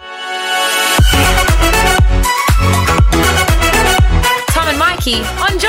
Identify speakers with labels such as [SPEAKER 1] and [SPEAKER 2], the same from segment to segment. [SPEAKER 1] Tom and Mikey on Joy.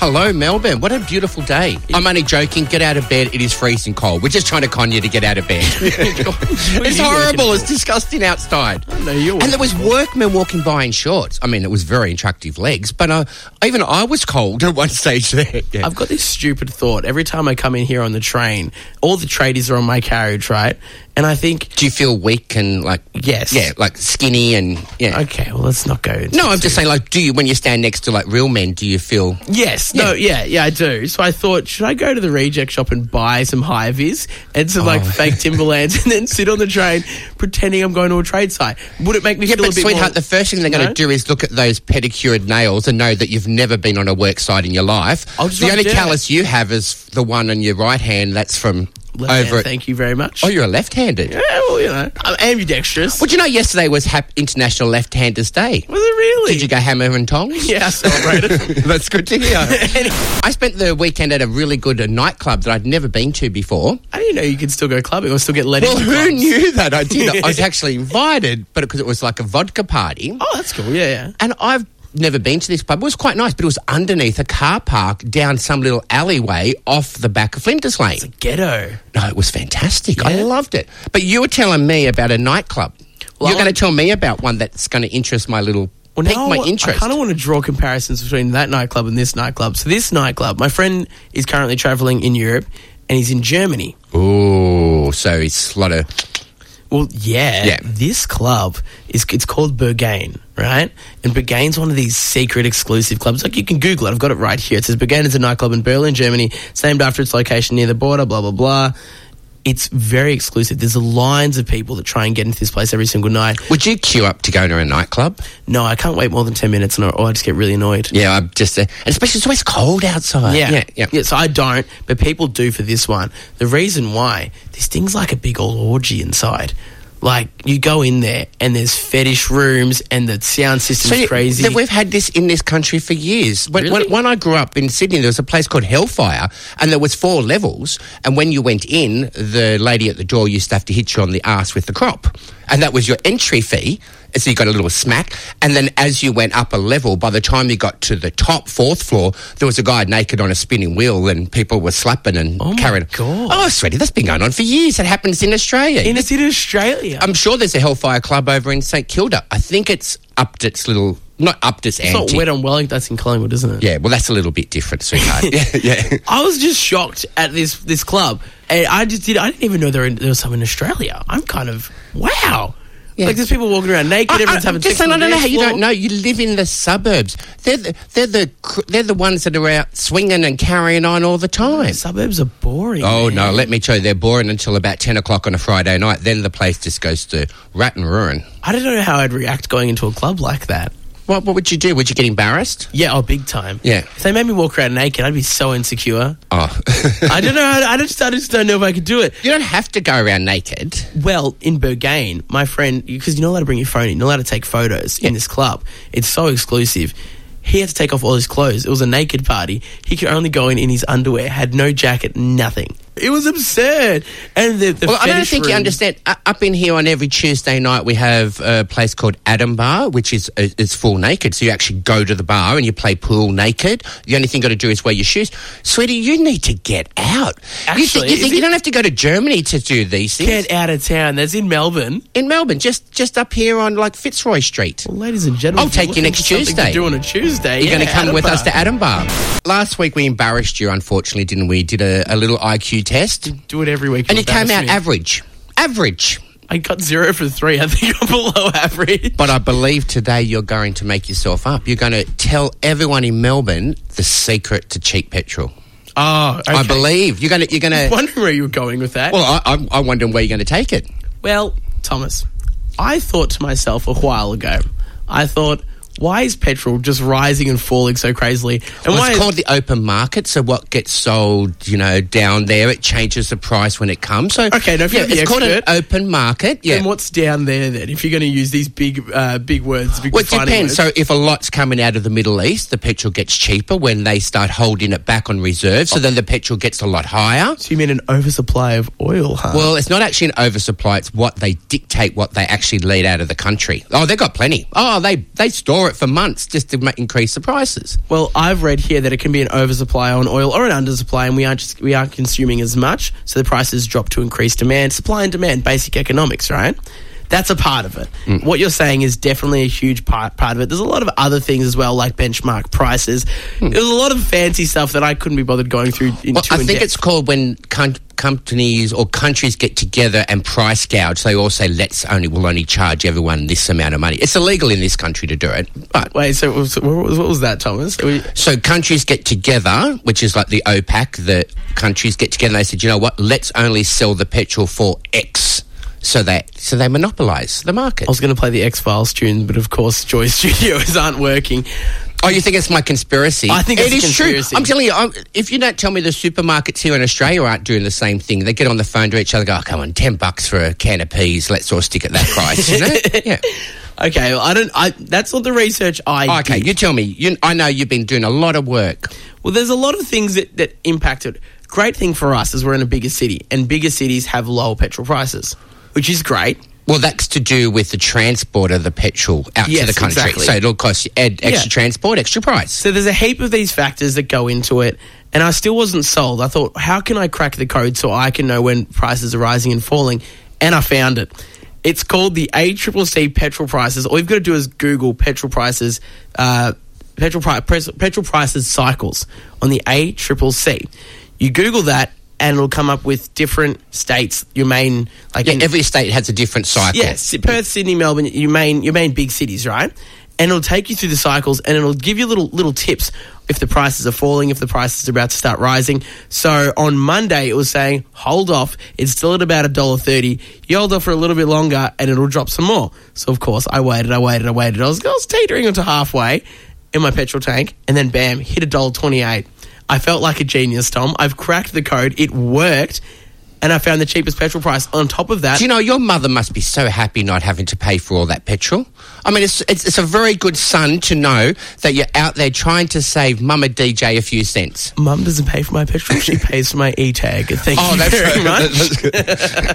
[SPEAKER 2] Hello, Melbourne. What a beautiful day. I'm only joking. Get out of bed. It is freezing cold. We're just trying to con you to get out of bed. it's horrible. It's disgusting outside. and there was workmen walking by in shorts. I mean, it was very attractive legs, but uh, even I was cold at one stage there. Yeah.
[SPEAKER 3] I've got this stupid thought every time I come in here on the train. All the tradies are on my carriage, right? And I think,
[SPEAKER 2] Do you feel weak and like
[SPEAKER 3] Yes.
[SPEAKER 2] yeah, like skinny and yeah?
[SPEAKER 3] okay, well, let's not go. into-
[SPEAKER 2] No, I'm just saying, like, do you when you stand next to like real men, do you feel?
[SPEAKER 3] Yes, no, yeah, yeah, I do. So I thought, should I go to the reject shop and buy some high vis and some like fake Timberlands, and then sit on the train pretending I'm going to a trade site? Would it make me
[SPEAKER 2] Yeah,
[SPEAKER 3] feel
[SPEAKER 2] but
[SPEAKER 3] a bit
[SPEAKER 2] sweetheart,
[SPEAKER 3] more?
[SPEAKER 2] the first thing they're going to
[SPEAKER 3] No?
[SPEAKER 2] do is look at those pedicured nails and know that you've never been on a work site in your life.
[SPEAKER 3] I'll just
[SPEAKER 2] The
[SPEAKER 3] not
[SPEAKER 2] only
[SPEAKER 3] do it.
[SPEAKER 2] callus you have is the one on your right hand. That's from
[SPEAKER 3] Left
[SPEAKER 2] over
[SPEAKER 3] hand,
[SPEAKER 2] at-
[SPEAKER 3] thank you very much.
[SPEAKER 2] Oh, you're a left-handed.
[SPEAKER 3] yeah, well, you know, I'm ambidextrous.
[SPEAKER 2] Would you know yesterday was Hap- International Left-Handers Day?
[SPEAKER 3] Was it really?
[SPEAKER 2] Did you go hammer and tongs?
[SPEAKER 3] Yeah, I celebrated.
[SPEAKER 2] That's good to hear. I spent the weekend at a really good uh, nightclub that I'd never been to before.
[SPEAKER 3] I didn't know you could still go clubbing or still get let
[SPEAKER 2] Well,
[SPEAKER 3] in.
[SPEAKER 2] who knew that? I did. I was actually invited, but because it was like a vodka party.
[SPEAKER 3] Oh, that's cool. Yeah, yeah.
[SPEAKER 2] And I've never been to this pub. It was quite nice, but it was underneath a car park down some little alleyway off the back of Flinders Lane.
[SPEAKER 3] Ghetto.
[SPEAKER 2] No, it was fantastic. I
[SPEAKER 3] Yeah?
[SPEAKER 2] loved it. But you were telling me about a nightclub.
[SPEAKER 3] Well,
[SPEAKER 2] You're
[SPEAKER 3] I-
[SPEAKER 2] going to tell me about one that's going to interest my little. pique
[SPEAKER 3] now I
[SPEAKER 2] my
[SPEAKER 3] wa- I
[SPEAKER 2] interest.
[SPEAKER 3] kind of want to draw comparisons between that nightclub and this nightclub. So this nightclub, my friend is currently traveling in Europe, and he's in Germany.
[SPEAKER 2] Oh, so it's a lot of.
[SPEAKER 3] Well, yeah,
[SPEAKER 2] Yeah.
[SPEAKER 3] This club is it's called Bergain, right? And Bergain's one of these secret exclusive clubs. Like you can Google it. I've got it right here. It says Bergain is a nightclub in Berlin, Germany. It's named after its location near the border. Blah blah blah. It's very exclusive. There's lines of people that try and get into this place every single night.
[SPEAKER 2] Would you queue up to go to a nightclub?
[SPEAKER 3] No, I can't wait more than ten minutes, and I, or I just get really annoyed.
[SPEAKER 2] Yeah, I'm just. Uh, and especially it's always cold outside.
[SPEAKER 3] Yeah.
[SPEAKER 2] yeah, yeah.
[SPEAKER 3] So I don't, but people do for this one. The reason why, this thing's like a big old orgy inside. Like, you go in there and there's fetish rooms and the sound system's
[SPEAKER 2] you-
[SPEAKER 3] crazy.
[SPEAKER 2] that We've had this in this country for years. When,
[SPEAKER 3] Really?
[SPEAKER 2] when, when I grew up in Sydney, there was a place called Hellfire, and there was four levels. And when you went in, the lady at the door used to have to hit you on the ass with the crop, and that was your entry fee. And So you got a little smack, and then as you went up a level, by the time you got to the top fourth floor, there was a guy naked on a spinning wheel, and people were slapping and
[SPEAKER 3] my
[SPEAKER 2] carrying.
[SPEAKER 3] God.
[SPEAKER 2] Oh, sweetie, that's been going on for years. It happens in Australia.
[SPEAKER 3] in, it's in Australia.
[SPEAKER 2] I'm sure there's a Hellfire Club over in St Kilda. I think it's upped its little, not upped its
[SPEAKER 3] it's not
[SPEAKER 2] ante.
[SPEAKER 3] wet on Wellington, that's in Collingwood, isn't it?
[SPEAKER 2] yeah, well, that's a little bit different, sweetheart. yeah, yeah.
[SPEAKER 3] I was just shocked at this this club. And I just did, I didn't even know there, were, in- there was some in Australia. I'm kind of, wow.
[SPEAKER 2] Yeah.
[SPEAKER 3] Like, there's people walking around naked,
[SPEAKER 2] I,
[SPEAKER 3] everyone's having
[SPEAKER 2] just
[SPEAKER 3] sex. on
[SPEAKER 2] saying, I don't
[SPEAKER 3] the
[SPEAKER 2] know how
[SPEAKER 3] dance
[SPEAKER 2] you
[SPEAKER 3] floor.
[SPEAKER 2] don't know. You live in the suburbs. They're the, they're the cr- they're the ones that are out swinging and carrying on all the time.
[SPEAKER 3] Suburbs are boring.
[SPEAKER 2] Oh
[SPEAKER 3] man.
[SPEAKER 2] no, let me tell you, they're boring until about ten o'clock on a Friday night. Then the place just goes to rat and ruin.
[SPEAKER 3] I don't know how I'd react going into a club like that.
[SPEAKER 2] What what would you do? Would you get embarrassed?
[SPEAKER 3] Yeah, oh, big time.
[SPEAKER 2] Yeah.
[SPEAKER 3] If they made me walk around naked, I'd be so insecure.
[SPEAKER 2] Oh,
[SPEAKER 3] I don't know. I, I just, I just don't know if I could do it.
[SPEAKER 2] you don't have to go around naked.
[SPEAKER 3] Well, in Bergain, my friend, because you're not allowed to bring your phone in, you're not allowed to take photos in this club. It's so exclusive. He had to take off all his clothes. It was a naked party. He could only go in in his underwear, had no jacket, nothing. It was absurd. And the, the
[SPEAKER 2] Well, I don't
[SPEAKER 3] fetish
[SPEAKER 2] think you
[SPEAKER 3] room-
[SPEAKER 2] understand. U- Up in here on every Tuesday night, we have a place called Adam Bar, which is uh, is full naked. So you actually go to the bar and you play pool naked. The only thing you got to do is wear your shoes. Sweetie, you need to get out. you, thi-
[SPEAKER 3] Actually,
[SPEAKER 2] you,
[SPEAKER 3] is
[SPEAKER 2] think you
[SPEAKER 3] it-
[SPEAKER 2] don't have to go to Germany to do these things.
[SPEAKER 3] Get out of town. That's in Melbourne.
[SPEAKER 2] In Melbourne, just just up here on like Fitzroy Street.
[SPEAKER 3] Well, ladies and gentlemen,
[SPEAKER 2] I'll
[SPEAKER 3] if you're
[SPEAKER 2] take you
[SPEAKER 3] looking
[SPEAKER 2] next
[SPEAKER 3] for something
[SPEAKER 2] Tuesday.
[SPEAKER 3] To do on a Tuesday.
[SPEAKER 2] You're going
[SPEAKER 3] yeah,
[SPEAKER 2] to come
[SPEAKER 3] Adam
[SPEAKER 2] with us
[SPEAKER 3] Bar.
[SPEAKER 2] to Adam Bar. Last week we embarrassed you, unfortunately, didn't we? Did a, a little IQ test, and
[SPEAKER 3] Do it every week.
[SPEAKER 2] it came
[SPEAKER 3] embarrass
[SPEAKER 2] out
[SPEAKER 3] me.
[SPEAKER 2] average. Average.
[SPEAKER 3] I got zero for three. I think I'm below average.
[SPEAKER 2] But I believe today you're going to make yourself up. You're going to tell everyone in Melbourne the secret to cheap petrol.
[SPEAKER 3] Oh, okay.
[SPEAKER 2] Ah, I believe you're going to. You're going to.
[SPEAKER 3] Wondering where you were going with that.
[SPEAKER 2] Well, I, I'm, I'm wondering where you're going to take it.
[SPEAKER 3] well, Thomas, I thought to myself a while ago. I thought, why is petrol just rising and falling so crazily? And
[SPEAKER 2] Well,
[SPEAKER 3] why
[SPEAKER 2] it's
[SPEAKER 3] is-
[SPEAKER 2] called the open market, so what gets sold, you know, down there, it changes the price when it comes. So
[SPEAKER 3] Okay, no, if
[SPEAKER 2] yeah,
[SPEAKER 3] you're the
[SPEAKER 2] it's called an
[SPEAKER 3] expert-
[SPEAKER 2] open market. Yeah,
[SPEAKER 3] And what's down there then? If you're going to use these big, uh, big words, big
[SPEAKER 2] Well, it
[SPEAKER 3] defining
[SPEAKER 2] depends. So,
[SPEAKER 3] words.
[SPEAKER 2] if a lot's coming out of the Middle East, the petrol gets cheaper when they start holding it back on reserve.
[SPEAKER 3] Oh.
[SPEAKER 2] So then the petrol gets a lot higher.
[SPEAKER 3] So you mean an oversupply of oil, huh?
[SPEAKER 2] Well, it's not actually an oversupply. It's what they dictate what they actually lead out of the country. Oh, they've got plenty. Oh, they, they store it for months just to ma- increase the prices.
[SPEAKER 3] Well, I've read here that it can be an oversupply on oil or an undersupply, and we aren't just, we aren't consuming as much, so the prices drop to increase demand, supply and demand, basic economics, right? That's a part of it.
[SPEAKER 2] Hmm.
[SPEAKER 3] What you're saying is definitely a huge part, part of it. There's a lot of other things as well, like benchmark prices. There's a lot of fancy stuff that I couldn't be bothered going through. In
[SPEAKER 2] Hmm. Well,
[SPEAKER 3] too
[SPEAKER 2] I
[SPEAKER 3] in
[SPEAKER 2] think
[SPEAKER 3] depth.
[SPEAKER 2] it's called when con- companies or countries get together and price gouge. They all say, let's only, we'll only charge everyone this amount of money. It's illegal in this country to do it, but
[SPEAKER 3] Wait, so, so what was, what was that, Thomas? Are we-
[SPEAKER 2] So countries get together, which is like the OPEC, the countries get together and they said, you know what, let's only sell the petrol for X. So they so they monopolise the market.
[SPEAKER 3] I was going to play the X Files tune, but of course, Joy Studios aren't working.
[SPEAKER 2] Oh, you think it's my conspiracy?
[SPEAKER 3] I think it's
[SPEAKER 2] It
[SPEAKER 3] a
[SPEAKER 2] is
[SPEAKER 3] conspiracy.
[SPEAKER 2] true. I'm telling you, i if you don't tell me the supermarkets here in Australia aren't doing the same thing, they get on the phone to each other, and go, oh, come on, ten bucks for a can of peas, let's all stick at that price. You know? yeah.
[SPEAKER 3] Okay, well, I don't. I, that's not the research I.
[SPEAKER 2] Oh, Okay,
[SPEAKER 3] did.
[SPEAKER 2] you tell me. You, I know you've been doing a lot of work.
[SPEAKER 3] Well, there's a lot of things that, that impact it. Great thing for us is we're in a bigger city, and bigger cities have lower petrol prices, which is great.
[SPEAKER 2] Well, that's to do with the transport of the petrol out
[SPEAKER 3] Yes,
[SPEAKER 2] to the country.
[SPEAKER 3] exactly.
[SPEAKER 2] So it'll cost you add extra
[SPEAKER 3] Yeah.
[SPEAKER 2] transport, extra price.
[SPEAKER 3] So there's a heap of these factors that go into it, and I still wasn't sold. I thought, how can I crack the code so I can know when prices are rising and falling? And I found it. It's called the ACCC petrol prices. All you've got to do is Google petrol prices, uh, petrol, pri- pres- petrol prices cycles on the ACCC. You Google that, and it'll come up with different states. Your main, like
[SPEAKER 2] Yeah,
[SPEAKER 3] in-
[SPEAKER 2] every state has a different cycle.
[SPEAKER 3] Yes, Perth, Sydney, Melbourne, your main your main big cities, right? And it'll take you through the cycles, and it'll give you little little tips if the prices are falling, if the prices are about to start rising. So on Monday, it was saying hold off. It's still at about a dollar thirty. You hold off for a little bit longer, and it'll drop some more. So of course, I waited, I waited, I waited. I was, I was teetering onto halfway in my petrol tank, and then bam, hit a dollar twenty eight. I felt like a genius, Tom. I've cracked the code. It worked. And I found the cheapest petrol price. On top of that,
[SPEAKER 2] Do you know your mother must be so happy not having to pay for all that petrol? I mean, it's, it's, it's a very good son to know that you're out there trying to save Mama DJ a few cents.
[SPEAKER 3] Mum doesn't pay for my petrol. She pays for my e tag. Thank
[SPEAKER 2] Oh,
[SPEAKER 3] you very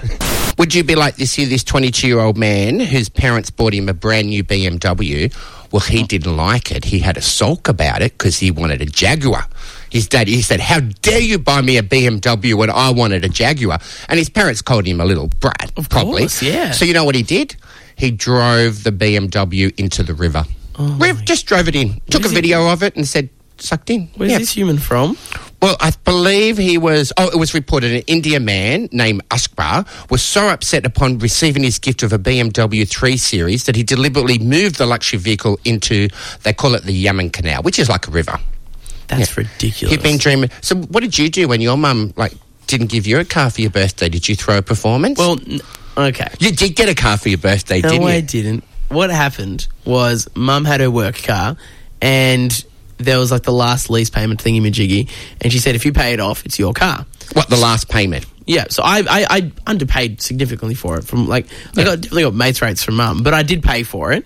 [SPEAKER 3] much.
[SPEAKER 2] Would you be like this year, this 22 year old man whose parents bought him a brand new BMW? Well, he
[SPEAKER 3] Oh.
[SPEAKER 2] didn't like it. He had a sulk about it because he wanted a Jaguar. His dad, he said, How dare you buy me a BMW when I wanted a Jaguar? And his parents called him a little brat, of probably.
[SPEAKER 3] course, yeah.
[SPEAKER 2] So you know what he did? He drove the BMW into the river.
[SPEAKER 3] Oh
[SPEAKER 2] Riv- just drove it in, took a video of it, and said, Sucked in.
[SPEAKER 3] Where's
[SPEAKER 2] Yeah.
[SPEAKER 3] this human from?
[SPEAKER 2] Well, I believe he was. Oh, it was reported an Indian man named Askbar was so upset upon receiving his gift of a BMW 3 Series that he deliberately moved the luxury vehicle into, they call it the Yemen Canal, which is like a river.
[SPEAKER 3] That's
[SPEAKER 2] Yeah.
[SPEAKER 3] ridiculous.
[SPEAKER 2] He'd been dreaming. So, what did you do when your mum, like, didn't give you a car for your birthday? Did you throw a performance?
[SPEAKER 3] well, n- okay.
[SPEAKER 2] you did get a car for your birthday,
[SPEAKER 3] No,
[SPEAKER 2] didn't you?
[SPEAKER 3] I didn't. What happened was mum had her work car and there was like the last lease payment thingy majiggy. And she said, if you pay it off, it's your car.
[SPEAKER 2] What, the last payment?
[SPEAKER 3] Yeah, so I, I I underpaid significantly for it from like I got definitely got mates rates from mum, but I did pay for it.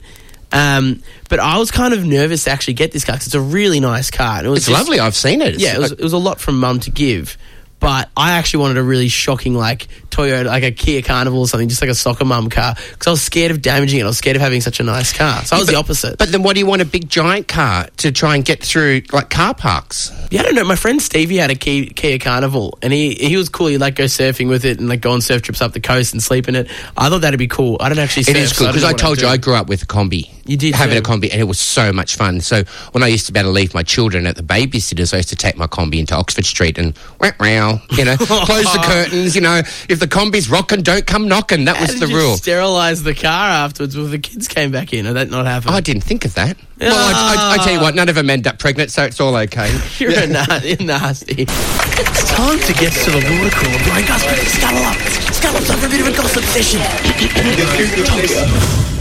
[SPEAKER 3] Um, but I was kind of nervous to actually get this car 'cause it's a really nice car. and it was
[SPEAKER 2] It's
[SPEAKER 3] just-
[SPEAKER 2] lovely. I've seen it. It's
[SPEAKER 3] yeah, it was,
[SPEAKER 2] like-
[SPEAKER 3] it was a lot from mum to give, but I actually wanted a really shocking like Toyota, like a Kia Carnival or something, just like a soccer mum car because I was scared of damaging it. I was scared of having such a nice car, so I was the opposite.
[SPEAKER 2] but then, what do you want a big giant car to try and get through, like, car parks?
[SPEAKER 3] Yeah, I don't know. My friend Stevie had a Kia, Kia Carnival, and he he was cool. He'd like go surfing with it and like go on surf trips up the coast and sleep in it. I thought that'd be cool. I don't actually. Surf,
[SPEAKER 2] It is
[SPEAKER 3] so
[SPEAKER 2] good
[SPEAKER 3] don't
[SPEAKER 2] because
[SPEAKER 3] know
[SPEAKER 2] I
[SPEAKER 3] what
[SPEAKER 2] told
[SPEAKER 3] I'd
[SPEAKER 2] you I
[SPEAKER 3] do.
[SPEAKER 2] grew up with a combi.
[SPEAKER 3] You did
[SPEAKER 2] having a
[SPEAKER 3] too.
[SPEAKER 2] combi, and it was so much fun. So when I used to be able to leave my children at the babysitters, I used to take my combi into Oxford Street and whack round, you know, close the curtains, you know, if the combi's rocking, don't come knocking. That
[SPEAKER 3] How
[SPEAKER 2] was
[SPEAKER 3] did
[SPEAKER 2] the
[SPEAKER 3] you
[SPEAKER 2] rule.
[SPEAKER 3] Sterilize the car afterwards. Well, the kids came back in. Or that not happen?
[SPEAKER 2] I didn't think of that. Well, I, I, I tell you what, none of them end up pregnant, so it's all okay.
[SPEAKER 3] Ah. You're a na- you're nasty. It's time to get to the water cooler. Brian Gusman, scuttle up. Scuttle up for a bit of a gossip session.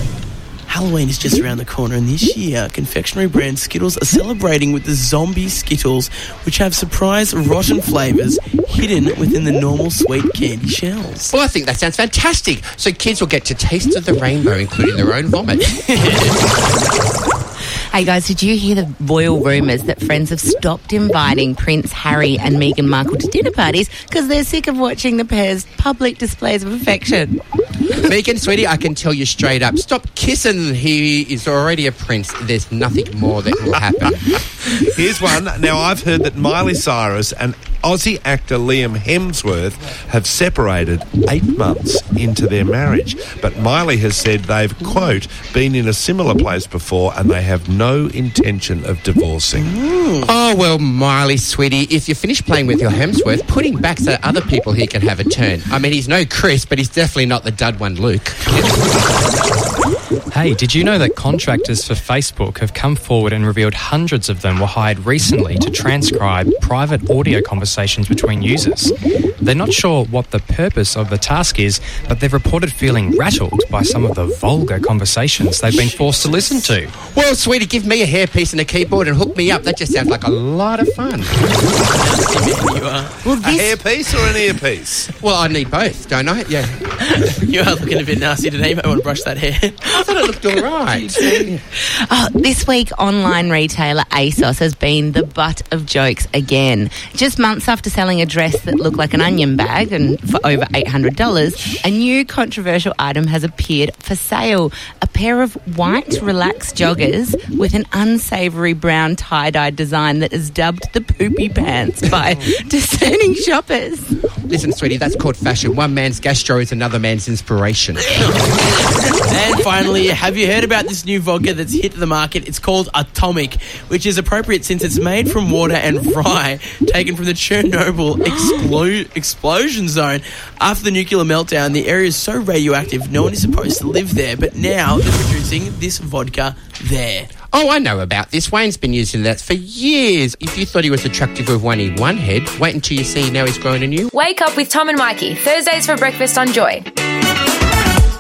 [SPEAKER 3] Halloween is just around the corner, and this year, confectionery brand Skittles are celebrating with the zombie Skittles, which have surprise rotten flavours hidden within the normal sweet candy shells.
[SPEAKER 2] Well, I think that sounds fantastic. So kids will get to taste of the rainbow, including their own vomit.
[SPEAKER 4] Hey guys, did you hear the royal rumours that friends have stopped inviting Prince Harry and Meghan Markle to dinner parties because they're sick of watching the pair's public displays of affection?
[SPEAKER 2] Megan, sweetie, I can tell you straight up, stop kissing. He is already a prince. There's nothing more that will happen.
[SPEAKER 5] Here's one. Now, I've heard that Miley Cyrus and Aussie actor Liam Hemsworth have separated eight months into their marriage. But Miley has said they've, quote, been in a similar place before and they have no intention of divorcing.
[SPEAKER 2] oh, well, Miley, sweetie, if you finish playing with your Hemsworth, put him back so other people here can have a turn. I mean, he's no Chris, but he's definitely not the dud one, Luke.
[SPEAKER 6] Hey, did you know that contractors for Facebook have come forward and revealed hundreds of them were hired recently to transcribe private audio conversations between users? They're not sure what the purpose of the task is, but they've reported feeling rattled by some of the vulgar conversations they've been forced to listen to.
[SPEAKER 2] Well, sweetie, give me a hairpiece and a keyboard and hook me up. That just sounds like a lot of fun.
[SPEAKER 3] You are,
[SPEAKER 4] Well,
[SPEAKER 5] A
[SPEAKER 4] this
[SPEAKER 5] hairpiece or an earpiece?
[SPEAKER 2] Well, I need both, don't I? Yeah.
[SPEAKER 3] you are looking a bit nasty today. You might want to brush that hair.
[SPEAKER 2] I thought it looked all right.
[SPEAKER 4] Oh, this week, online retailer ASOS has been the butt of jokes again. Just months after selling a dress that looked like an onion bag and for over $800, a new controversial item has appeared for sale. A pair of white, relaxed joggers with an unsavoury brown tie-dye design that is dubbed the poopy pants by discerning shoppers.
[SPEAKER 2] Listen, sweetie, that's called fashion. One man's gastro is another man's inspiration.
[SPEAKER 3] And finally, have you heard about this new vodka that's hit the market? It's called Atomic, which is appropriate since it's made from water and rye taken from the Chernobyl explo- explosion zone. After the nuclear meltdown, the area is so radioactive, no one is supposed to live there, but now they're producing this vodka there.
[SPEAKER 2] Oh, I know about this. Wayne's been using that for years. If you thought he was attractive with one in one head, wait until you see now he's growing a new.
[SPEAKER 1] Wake up with Tom and Mikey, Thursdays for breakfast on Joy.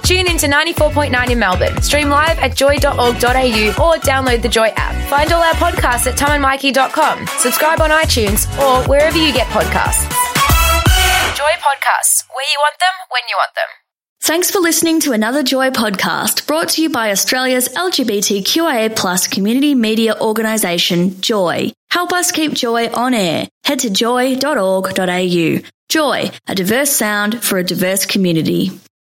[SPEAKER 1] Tune in to 94.9 in Melbourne. Stream live at joy.org.au or download the Joy app. Find all our podcasts at tomandmikey.com. Subscribe on iTunes or wherever you get podcasts. Joy Podcasts, where you want them, when you want them.
[SPEAKER 7] Thanks for listening to another Joy podcast brought to you by Australia's LGBTQIA plus community media organisation, Joy. Help us keep Joy on air. Head to joy.org.au. Joy, a diverse sound for a diverse community.